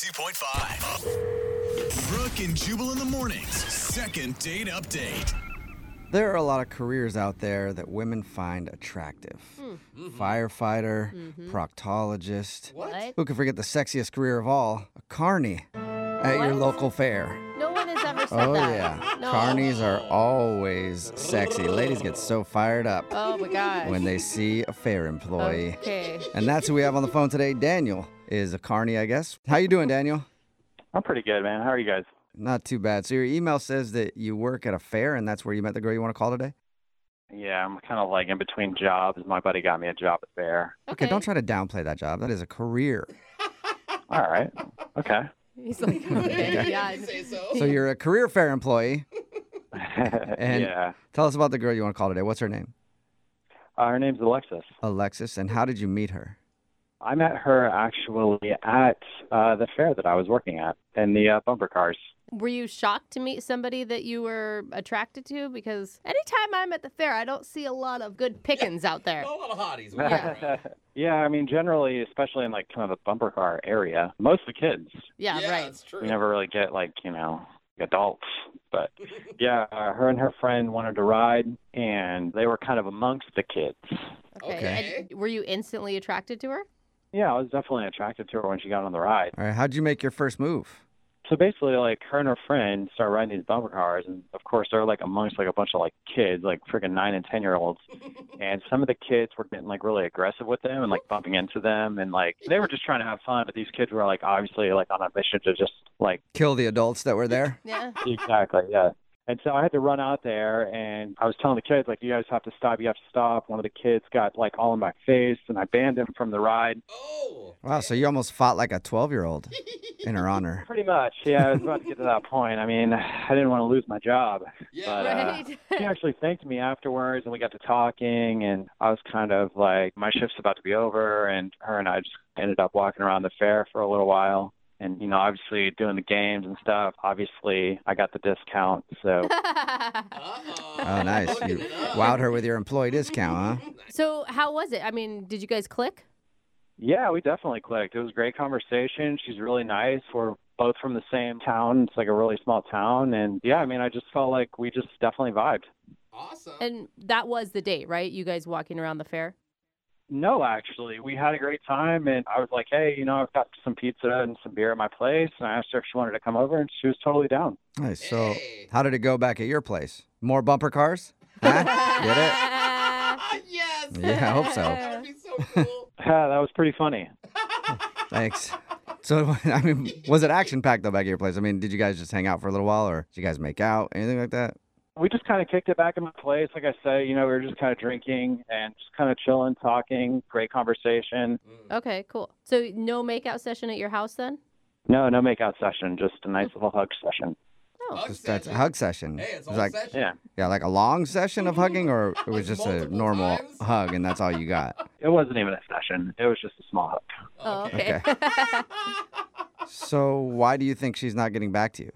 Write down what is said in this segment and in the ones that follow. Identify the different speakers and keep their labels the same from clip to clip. Speaker 1: 92.5. Brooke and Jubal in the mornings. Second date update.
Speaker 2: There are a lot of careers out there that women find attractive
Speaker 3: Hmm. Mm-hmm.
Speaker 2: firefighter, proctologist.
Speaker 3: What?
Speaker 2: Who can forget the sexiest career of all? A carny at your
Speaker 3: What?
Speaker 2: local fair.
Speaker 3: No one has ever said
Speaker 2: Oh,
Speaker 3: that.
Speaker 2: yeah.
Speaker 3: No.
Speaker 2: Carnies are always sexy. Ladies get so fired up
Speaker 3: Oh my gosh.
Speaker 2: when they see a fair employee.
Speaker 3: Okay.
Speaker 2: And that's who we have on the phone today. Daniel is a carny, I guess. How you doing, Daniel?
Speaker 4: I'm pretty good, man. How are you guys?
Speaker 2: Not too bad. So your email says that you work at a fair and that's where you met the girl you want to call today?
Speaker 4: Yeah, I'm kind of like in between jobs. My buddy got me a job at Bear.
Speaker 2: Okay, don't try to downplay that job. That is a career.
Speaker 4: All right. Okay.
Speaker 3: He's like, okay, yeah.
Speaker 2: So you're a career fair employee. And-
Speaker 4: yeah.
Speaker 2: Tell us about the girl you want to call today. What's her name?
Speaker 4: Uh, her name's Alexis.
Speaker 2: Alexis. And how did you meet her?
Speaker 4: I met her actually at uh, the fair that I was working at in the uh, bumper cars.
Speaker 3: Were you shocked to meet somebody that you were attracted to? Because anytime I'm at the fair, I don't see a lot of good pickings out there.
Speaker 5: A lot of hotties.
Speaker 3: Yeah.
Speaker 4: yeah, I mean, generally, especially in like kind of the bumper car area, most of the kids,
Speaker 3: Yeah, right.
Speaker 5: That's true.
Speaker 4: we never really get like, you know, adults. But yeah, uh, her and her friend wanted to ride, and they were kind of amongst the kids.
Speaker 3: Okay.
Speaker 5: Okay.
Speaker 3: And were you instantly attracted to her?
Speaker 4: Yeah, I was definitely attracted to her when she got on the ride.
Speaker 2: All right, how'd you make your first move?
Speaker 4: So basically, like her and her friend start riding these bumper cars, and of course they're like amongst like a bunch of like kids, like freaking nine and ten year olds, and some of the kids were getting like really aggressive with them and like bumping into them, and like they were just trying to have fun, but these kids were like obviously like on a mission to just like
Speaker 2: Kill the adults that were there?
Speaker 3: Yeah.
Speaker 4: exactly yeah. And so I had to run out there, and I was telling the kids like, you guys have to stop, you have to stop. One of the kids got like all in my face, and I banned him from the ride.
Speaker 5: Oh.
Speaker 2: Wow, so you almost fought like a 12 year old in her honor.
Speaker 4: Pretty much, yeah. I was about to get to that point. I mean, I didn't want to lose my job.
Speaker 5: Yeah.
Speaker 4: But, uh,
Speaker 3: Right.
Speaker 4: She actually thanked me afterwards, and we got to talking. And I was kind of like, my shift's about to be over, and her and I just ended up walking around the fair for a little while. And you know, obviously doing the games and stuff. Obviously, I got the discount, so
Speaker 5: Uh-oh.
Speaker 2: Oh, nice. You
Speaker 5: Look it up.
Speaker 2: wowed her with your employee discount, huh?
Speaker 3: so how was it? I mean, did you guys click?
Speaker 4: yeah, we definitely clicked. It was a great conversation. She's really nice. We're both from the same town. It's like a really small town, and yeah, I mean, I just felt like we just definitely vibed.
Speaker 5: Awesome.
Speaker 3: And that was the date, right? You guys walking around the fair?
Speaker 4: No, actually, we had a great time, and I was like, "Hey, you know, I've got some pizza and some beer at my place," and I asked her if she wanted to come over, and she was totally down.
Speaker 2: Nice. So,
Speaker 5: Hey.
Speaker 2: how did it go back at your place? More bumper cars? Huh? Get it?
Speaker 5: Ah, yes.
Speaker 2: Yeah, I hope so.
Speaker 5: That would be so cool.
Speaker 4: Yeah, that was pretty funny.
Speaker 2: Thanks. So, I mean, was it action packed though back at your place? I mean, did you guys just hang out for a little while or did you guys make out? Anything like that?
Speaker 4: We just kind of kicked it back in my place, like I say. You know, we were just kind of drinking and just kind of chilling, talking. Great conversation.
Speaker 5: Mm.
Speaker 3: Okay, cool. So no makeout session at your house then?
Speaker 4: No, no makeout session, just a nice little hug session.
Speaker 3: Oh.
Speaker 5: Hug
Speaker 2: Just that's a
Speaker 5: session.
Speaker 2: hug session.
Speaker 5: Hey, it's
Speaker 2: It's
Speaker 5: all
Speaker 2: like,
Speaker 5: session.
Speaker 4: Yeah,
Speaker 2: yeah, like a long session of hugging or it was
Speaker 5: Like
Speaker 2: just a
Speaker 5: multiple
Speaker 2: normal
Speaker 5: times?
Speaker 2: hug and that's all you got.
Speaker 4: it wasn't even a session; it was just a small hug.
Speaker 3: Oh,
Speaker 5: Okay.
Speaker 3: okay.
Speaker 2: So, why do you think she's not getting back to you?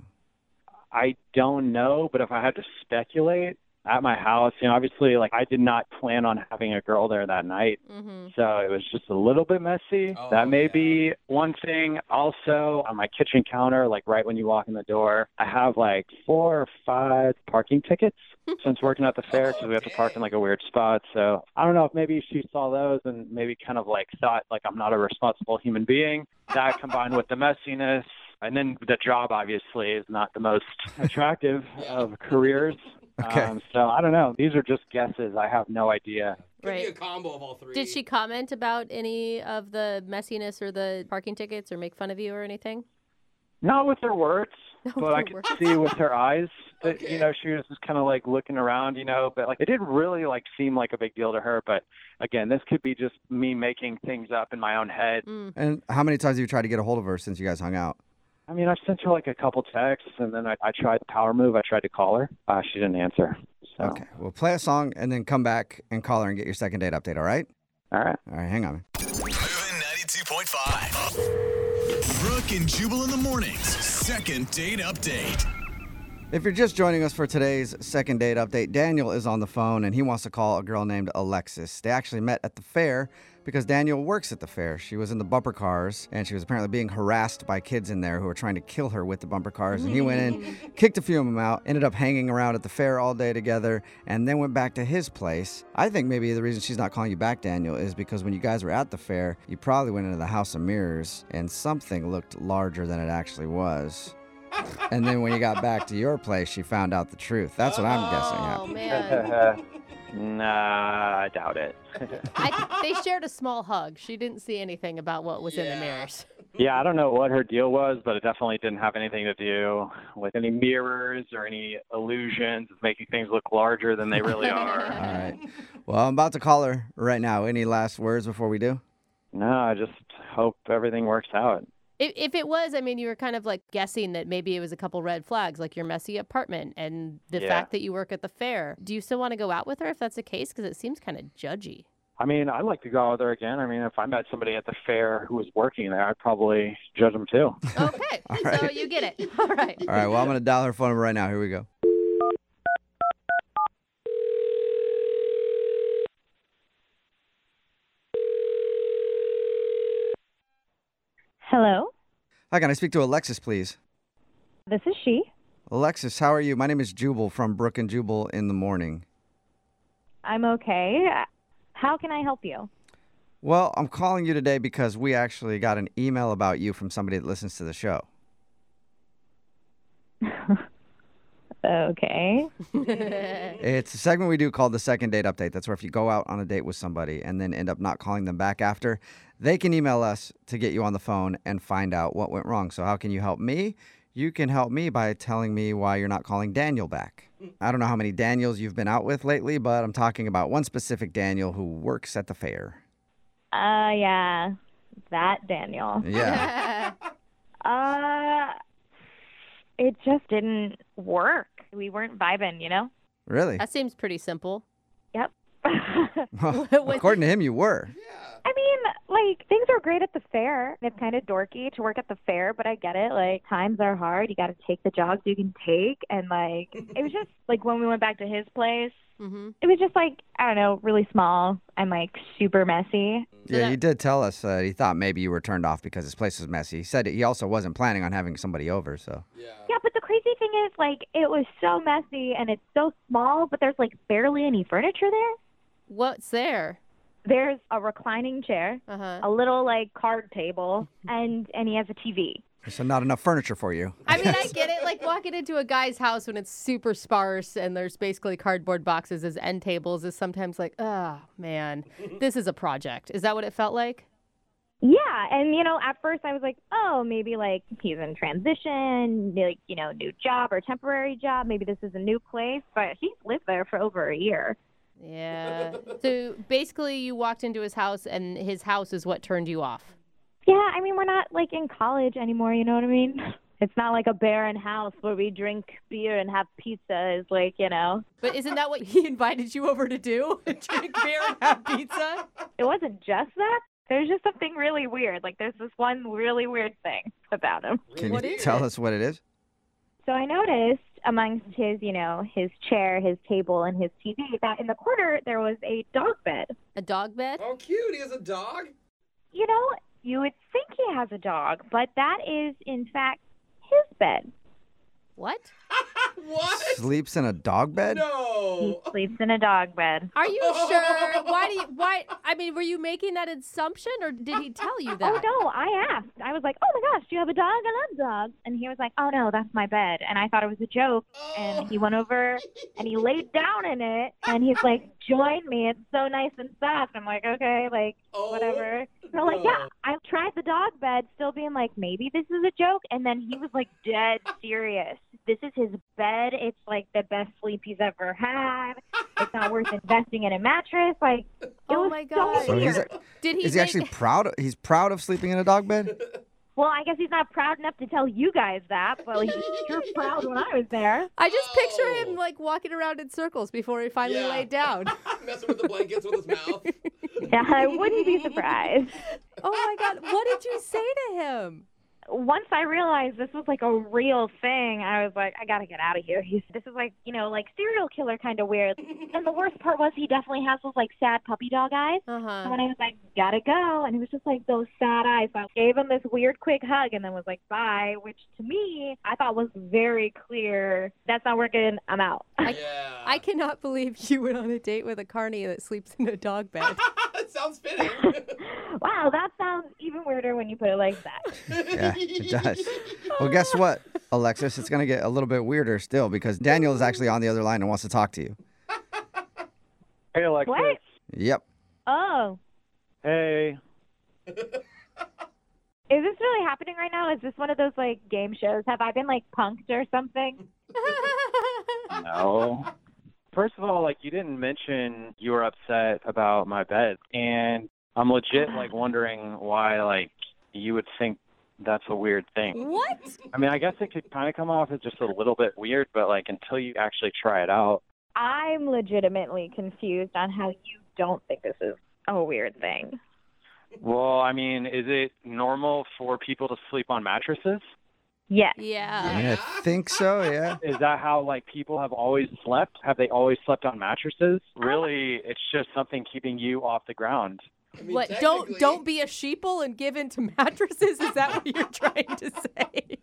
Speaker 4: I don't know, but if I had to speculate at my house, you know, obviously, like I did not plan on having a girl there that night.
Speaker 3: hmm
Speaker 4: So it was just a little bit messy.
Speaker 5: Oh,
Speaker 4: that may
Speaker 5: yeah.
Speaker 4: be one thing. Also, on my kitchen counter, like right when you walk in the door, I have like four or five parking tickets since working at the fair because we have to park in like a weird spot. So I don't know if maybe she saw those and maybe kind of like thought like I'm not a responsible human being. That combined with the messiness. And then the job obviously is not the most attractive of careers.
Speaker 2: Okay.
Speaker 4: Um, so I don't know. These are just guesses. I have no idea.
Speaker 5: Could be a
Speaker 3: Right.
Speaker 5: combo of all three.
Speaker 3: Did she comment about any of the messiness or the parking tickets or make fun of you or anything?
Speaker 4: Not with her words, but I
Speaker 3: her
Speaker 4: could
Speaker 3: words.
Speaker 4: see with her eyes that
Speaker 5: Okay.
Speaker 4: you know she was just kind of like looking around, you know. But like it didn't really like seem like a big deal to her. But again, this could be just me making things up in my own head.
Speaker 3: Mm.
Speaker 2: And how many times have you tried to get a hold of her since you guys hung out?
Speaker 4: I mean, I've sent her like a couple texts, and then I, I tried the power move. I tried to call her. Uh, she didn't answer. So
Speaker 2: Okay. Well, play a song and then come back and call her and get your second date update, all right?
Speaker 4: all right.
Speaker 2: All right, hang on.
Speaker 1: Moving 92.5. Brooke and Jubal in the mornings. Second date update.
Speaker 2: If you're just joining us for today's second date update, Daniel is on the phone and he wants to call a girl named Alexis. They actually met at the fair because Daniel works at the fair. She was in the bumper cars and she was apparently being harassed by kids in there who were trying to kill her with the bumper cars. And he went in, kicked a few of them out, ended up hanging around at the fair all day together, and then went back to his place. I think maybe the reason she's not calling you back, Daniel, is because when you guys were at the fair, you probably went into the House of Mirrors and something looked larger than it actually was. And then when you got back to your place, she found out the truth. That's what I'm guessing
Speaker 3: Oh
Speaker 2: happened.
Speaker 3: man,
Speaker 4: nah, I doubt it.
Speaker 3: I, they shared a small hug. She didn't see anything about what was in
Speaker 5: Yeah.
Speaker 3: the mirrors.
Speaker 4: yeah, I don't know what her deal was, but it definitely didn't have anything to do with any mirrors or any illusions of making things look larger than they really
Speaker 2: All
Speaker 4: are.
Speaker 2: right. Well, I'm about to call her right now. Any last words before we do?
Speaker 4: no, I just hope everything works out.
Speaker 3: If, if it was, I mean, you were kind of like guessing that maybe it was a couple red flags, like your messy apartment and the
Speaker 4: Yeah.
Speaker 3: fact that you work at the fair. Do you still want to go out with her if that's the case? Because it seems kind of judgy.
Speaker 4: I mean, I'd like to go out with her again. I mean, if I met somebody at the fair who was working there, I'd probably judge them too.
Speaker 3: Okay, so
Speaker 2: right.
Speaker 3: you get it. All right.
Speaker 2: All right. Well, I'm going to dial her phone number right now. Here we go.
Speaker 6: Hello,
Speaker 2: Hi, can I speak to Alexis, please?
Speaker 6: this is she.
Speaker 2: Alexis, how are you? My name is Jubal from Brook and Jubal in the Morning.
Speaker 6: I'm okay. How can I help you?
Speaker 2: Well, I'm calling you today because we actually got an email about you from somebody that listens to the show.
Speaker 6: Okay.
Speaker 2: It's a segment we do called the second date update. That's where if you go out on a date with somebody and then end up not calling them back after, they can email us to get you on the phone and find out what went wrong. So, how can you help me? You can help me by telling me why you're not calling Daniel back. I don't know how many Daniels you've been out with lately, but I'm talking about one specific Daniel who works at the fair.
Speaker 6: Uh, yeah, that Daniel.
Speaker 2: Yeah.
Speaker 6: Uh, it just didn't work. We weren't vibing, you know?
Speaker 2: really?
Speaker 3: that seems pretty simple.
Speaker 6: Yep. I
Speaker 2: Well,
Speaker 3: What-
Speaker 2: according to him, you were.
Speaker 6: mean, like, things are great at the fair. It's kind of dorky to work at the fair, but I get it. Like, times are hard. You got to take the jobs you can take. And, like, it was just like when we went back to his place,
Speaker 3: Mm-hmm.
Speaker 6: it was just like, I don't know, really small. I'm like super messy.
Speaker 2: Yeah,
Speaker 3: that-
Speaker 2: he did tell us that he thought maybe you were turned off because his place was messy. He said he also wasn't planning on having somebody over, so.
Speaker 5: Yeah.
Speaker 6: Yeah, but the crazy thing is, like, it was so messy and it's so small, but there's like barely any furniture there.
Speaker 3: What's there?
Speaker 6: There's a reclining chair,
Speaker 3: Uh huh.
Speaker 6: a little like card table, and and he has a TV.
Speaker 2: So, not enough furniture for you.
Speaker 3: I mean, I get it. Like walking into a guy's house when it's super sparse and there's basically cardboard boxes as end tables is sometimes like, oh man, this is a project. Is that what it felt like?
Speaker 6: Yeah, and you know, at first I was like, oh, maybe like he's in transition, like you know, new job or temporary job. Maybe this is a new place, but he's lived there for over a year.
Speaker 3: Yeah. so basically, you walked into his house, and his house is what turned you off.
Speaker 6: Yeah, I mean, we're not like in college anymore. You know what I mean? It's not like a barren house where we drink beer and have pizza. Is like you know,
Speaker 3: But isn't that what he invited you over to do? Drink beer and have pizza?
Speaker 6: it wasn't just that. There's just something really weird. Like there's this one really weird thing about him.
Speaker 2: Can
Speaker 3: What
Speaker 2: you
Speaker 3: is
Speaker 2: tell
Speaker 3: it?
Speaker 2: us what it is?
Speaker 6: So I noticed amongst his, you know, his chair, his table, and his TV that in the corner there was a dog bed.
Speaker 3: A dog bed?
Speaker 5: Oh, cute. He has a dog.
Speaker 6: You know, you would think he has a dog, but that is in fact his bed.
Speaker 3: What?
Speaker 5: What?
Speaker 2: Sleeps in a dog bed?
Speaker 6: He
Speaker 5: No.
Speaker 6: sleeps in a dog bed.
Speaker 3: Are you sure? Why do you, why? I mean, were you making that assumption, or did he tell you that?
Speaker 6: Oh no, I asked. I was like, "Oh my gosh, do you have a dog? I love dogs." And he was like, "Oh no, that's my bed." And I thought it was a joke. And he went over and he laid down in it and he's like, "Join me. It's so nice and soft." I'm like, "Okay, like
Speaker 5: Oh,
Speaker 6: whatever." They're like, "Yeah, I tried the dog bed," still being like, "Maybe this is a joke." And then he was like, dead serious. This is his bed. It's like the best sleep he's ever had. It's not worth investing in a mattress. Like, it
Speaker 3: Oh
Speaker 6: was
Speaker 3: my
Speaker 6: so
Speaker 3: gosh.
Speaker 2: So he's,
Speaker 6: weird.
Speaker 3: Did he?
Speaker 2: is he
Speaker 3: make-
Speaker 2: actually proud? Of, he's proud of sleeping in a dog bed?
Speaker 6: Well, I guess he's not proud enough to tell you guys that, but he was sure proud when I was there.
Speaker 3: I just picture him
Speaker 5: Oh.
Speaker 3: like walking around in circles before he finally
Speaker 5: Yeah.
Speaker 3: laid down.
Speaker 5: Messing with the blankets with his mouth.
Speaker 6: Yeah, I wouldn't be surprised.
Speaker 3: oh my god, what did you say to him?
Speaker 6: once I realized this was like a real thing, I was like, I gotta get out of here. He's, this is like, you know, like serial killer kind of weird. and the worst part was he definitely has those like sad puppy dog eyes.
Speaker 3: Uh
Speaker 6: And
Speaker 3: huh.
Speaker 6: when I was like, gotta go, and it was just like those sad eyes. So I gave him this weird quick hug and then was like, bye, which to me, I thought was very clear. That's not working. I'm out.
Speaker 5: yeah.
Speaker 3: I cannot believe you went on a date with a carny that sleeps in a dog bed.
Speaker 5: it sounds fitting.
Speaker 6: wow, that sounds even weirder when you put it like that.
Speaker 2: Yeah, it does. Well, guess what, Alexis? It's going to get a little bit weirder still because Daniel is actually on the other line and wants to talk to you.
Speaker 4: Hey, Alexis.
Speaker 6: What?
Speaker 2: Yep.
Speaker 6: Oh,
Speaker 4: Hey.
Speaker 6: is this really happening right now? Is this one of those like game shows? Have I been like punked or something?
Speaker 4: No. First of all, like you didn't mention you were upset about my bed, and I'm legit like wondering why like you would think that's a weird thing.
Speaker 3: what?
Speaker 4: I mean, I guess it could kind of come off as just a little bit weird, but like until you actually try it out,
Speaker 6: I'm legitimately confused on how you don't think this is a weird thing.
Speaker 4: Well, I mean, is it normal for people to sleep on mattresses?
Speaker 6: Yes.
Speaker 3: Yeah.
Speaker 2: I think so, yeah.
Speaker 4: Is that how like people have always slept? Have they always slept on mattresses? Really, it's just something keeping you off the ground.
Speaker 5: I mean,
Speaker 3: what? Don't
Speaker 5: technically-
Speaker 3: don't be a sheeple and give in to mattresses. Is that what you're trying to say?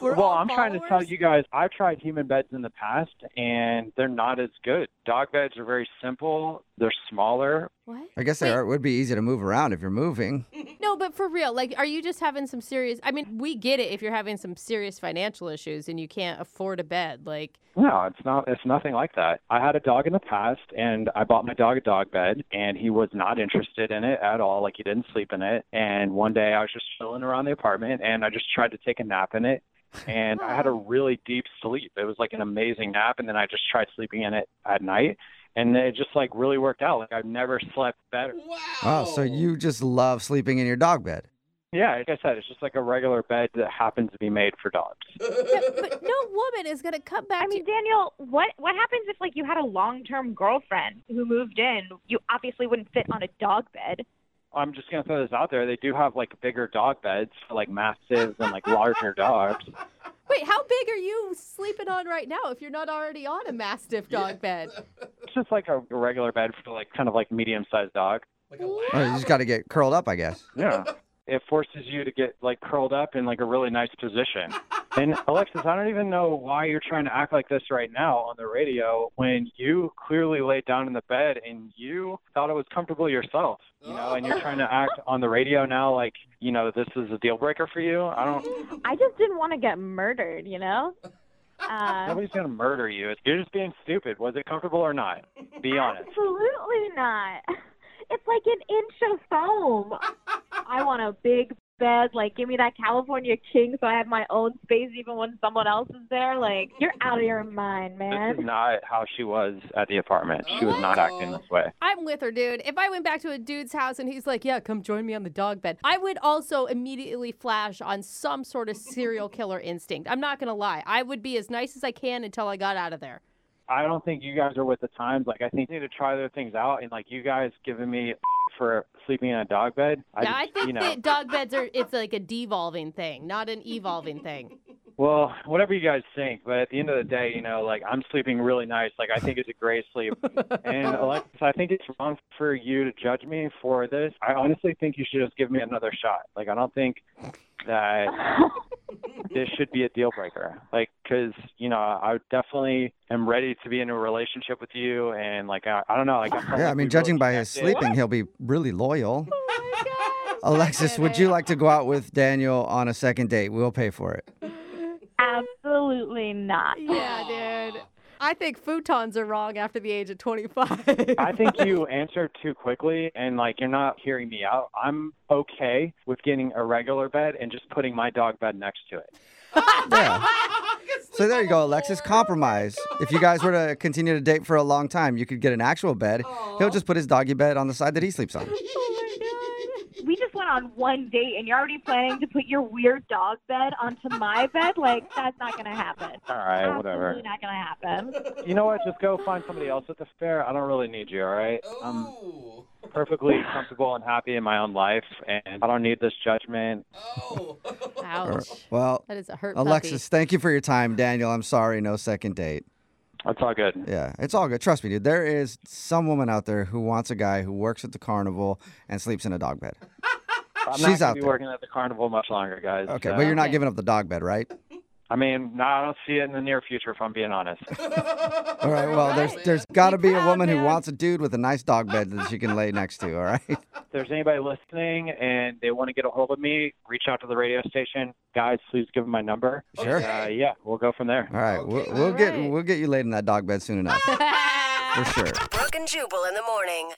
Speaker 3: We're
Speaker 4: well,
Speaker 3: all
Speaker 4: I'm trying to tell
Speaker 3: followers?
Speaker 4: you guys, I've tried human beds in the past and they're not as good. Dog beds are very simple, they're smaller.
Speaker 3: What?
Speaker 2: I guess
Speaker 3: Wait.
Speaker 2: they are, it would be easy to move around if you're moving.
Speaker 3: No, but for real, like, are you just having some serious? I mean, we get it if you're having some serious financial issues and you can't afford a bed. Like,
Speaker 4: No, it's not it's nothing like that. I had a dog in the past and I bought my dog a dog bed and he was not interested in it at all, like he didn't sleep in it. And one day I was just chilling around the apartment and I just tried to take a nap in it and I had a really deep sleep. It was like an amazing nap and then I just tried sleeping in it at night and it just like really worked out. Like I've never slept better.
Speaker 5: Wow.
Speaker 2: Oh, so you just love sleeping in your dog bed.
Speaker 4: Yeah, like I said, it's just like a regular bed that happens to be made for dogs.
Speaker 3: but no woman is gonna come back.
Speaker 6: I mean, Daniel, what what happens if like you had a long term girlfriend who moved in? You obviously wouldn't fit on a dog bed.
Speaker 4: I'm just gonna throw this out there. They do have like bigger dog beds for like mastiffs and like larger dogs.
Speaker 3: to- wait, how big are you sleeping on right now? If you're not already on a mastiff dog bed,
Speaker 4: It's just like a regular bed for like kind of like medium sized dog.
Speaker 5: Like a laugh.
Speaker 2: Oh, you just got to get curled up, I guess.
Speaker 4: Yeah. It forces you to get like curled up in like a really nice position. And Alexis, I don't even know why you're trying to act like this right now on the radio when you clearly laid down in the bed and you thought it was comfortable yourself. You know, and you're trying to act on the radio now like, you know, this is a deal breaker for you. I don't
Speaker 6: I just didn't want to get murdered, you know. Uh,
Speaker 4: Nobody's gonna murder you. It's- You're just being stupid. Was it comfortable or not? Be honest.
Speaker 6: absolutely not. It's like an inch of foam. I want a big bed. Like, give me that California king, so I have my own space, even when someone else is there. Like, you're out of your mind,
Speaker 4: This is
Speaker 6: man.
Speaker 4: not how she was at the apartment. She was not acting this way.
Speaker 3: I'm with her, dude. If I went back to a dude's house and he's like, "Yeah, come join me on the dog bed," I would also immediately flash on some sort of serial killer instinct. I'm not gonna lie. I would be as nice as I can until I got out of there.
Speaker 4: I don't think you guys are with the times. Like I think you need to try other things out. And like you guys giving me for sleeping in a dog bed. I,
Speaker 3: Yeah, I
Speaker 4: just-
Speaker 3: think
Speaker 4: you know.
Speaker 3: that dog beds are it's like a devolving thing, not an evolving thing.
Speaker 4: Well, whatever you guys think, but at the end of the day, you know, like I'm sleeping really nice. Like I think it's a great sleep. and Alexis, I think it's wrong for you to judge me for this. I honestly think you should just give me another shot. Like I don't think that this should be a deal breaker. Like, because you know, I definitely am ready to be in a relationship with you, and like, I, I don't know, like, I, felt
Speaker 2: Yeah, I
Speaker 4: like we
Speaker 2: mean, judging
Speaker 4: really
Speaker 2: by his
Speaker 4: connected.
Speaker 2: sleeping, he'll be really loyal.
Speaker 3: Oh my gosh.
Speaker 2: Alexis, would you like to go out with Daniel on a second date? We'll pay for it.
Speaker 6: Absolutely not.
Speaker 3: Yeah, dude. I think futons are wrong after the age of 25.
Speaker 4: I think you answered too quickly, and like, you're not hearing me out. I'm okay with getting a regular bed and just putting my dog bed next to it.
Speaker 2: Yeah.
Speaker 5: I can
Speaker 2: So
Speaker 5: sleep
Speaker 2: there
Speaker 5: on
Speaker 2: you
Speaker 5: the
Speaker 2: go, Alexis.
Speaker 5: floor. Oh
Speaker 2: Compromise. If you guys were to continue to date for a long time, you could get an actual bed. He'll just put his doggy bed on the side that he sleeps on.
Speaker 6: We just went on one date and you're already planning to put your weird dog bed onto my bed. Like that's not gonna happen.
Speaker 4: All right, whatever.
Speaker 6: Absolutely not gonna happen.
Speaker 4: You know what? Just go find somebody else at the fair. I don't really need you, all right? I'm
Speaker 3: um,
Speaker 5: Oh.
Speaker 4: perfectly comfortable and happy in my own life, and I don't need this judgment.
Speaker 5: Oh.
Speaker 3: Ouch.
Speaker 2: Well,
Speaker 3: That is a hurt. puppy.
Speaker 2: Alexis, thank you for your time. Daniel, I'm sorry, no second date.
Speaker 4: That's all good.
Speaker 2: Yeah, it's all good. Trust me, dude. There is some woman out there who wants a guy who works at the carnival and sleeps in a dog bed.
Speaker 4: I'm
Speaker 2: She's
Speaker 4: not gonna
Speaker 2: out
Speaker 4: be
Speaker 2: there.
Speaker 4: working at the carnival much longer, guys.
Speaker 2: Okay,
Speaker 4: so-
Speaker 2: but you're not
Speaker 3: Okay.
Speaker 2: giving up the dog bed, right?
Speaker 4: I mean, no, I don't see it in the near future, if I'm being honest.
Speaker 2: All right. Well, there's
Speaker 3: Right.
Speaker 2: there's got to
Speaker 3: Be
Speaker 2: be a
Speaker 3: proud,
Speaker 2: woman who
Speaker 3: man.
Speaker 2: wants a dude with a nice dog bed that she can lay next to. All right.
Speaker 4: if there's anybody listening and they want to get a hold of me, reach out to the radio station. Guys, please give them my number.
Speaker 2: Sure.
Speaker 4: Uh, yeah, we'll go from there.
Speaker 2: All right. We'll,
Speaker 5: Okay.
Speaker 2: we'll get
Speaker 3: All right.
Speaker 2: we'll get you laid in that dog bed soon enough, for sure.
Speaker 7: Brooke and Jubal in the morning.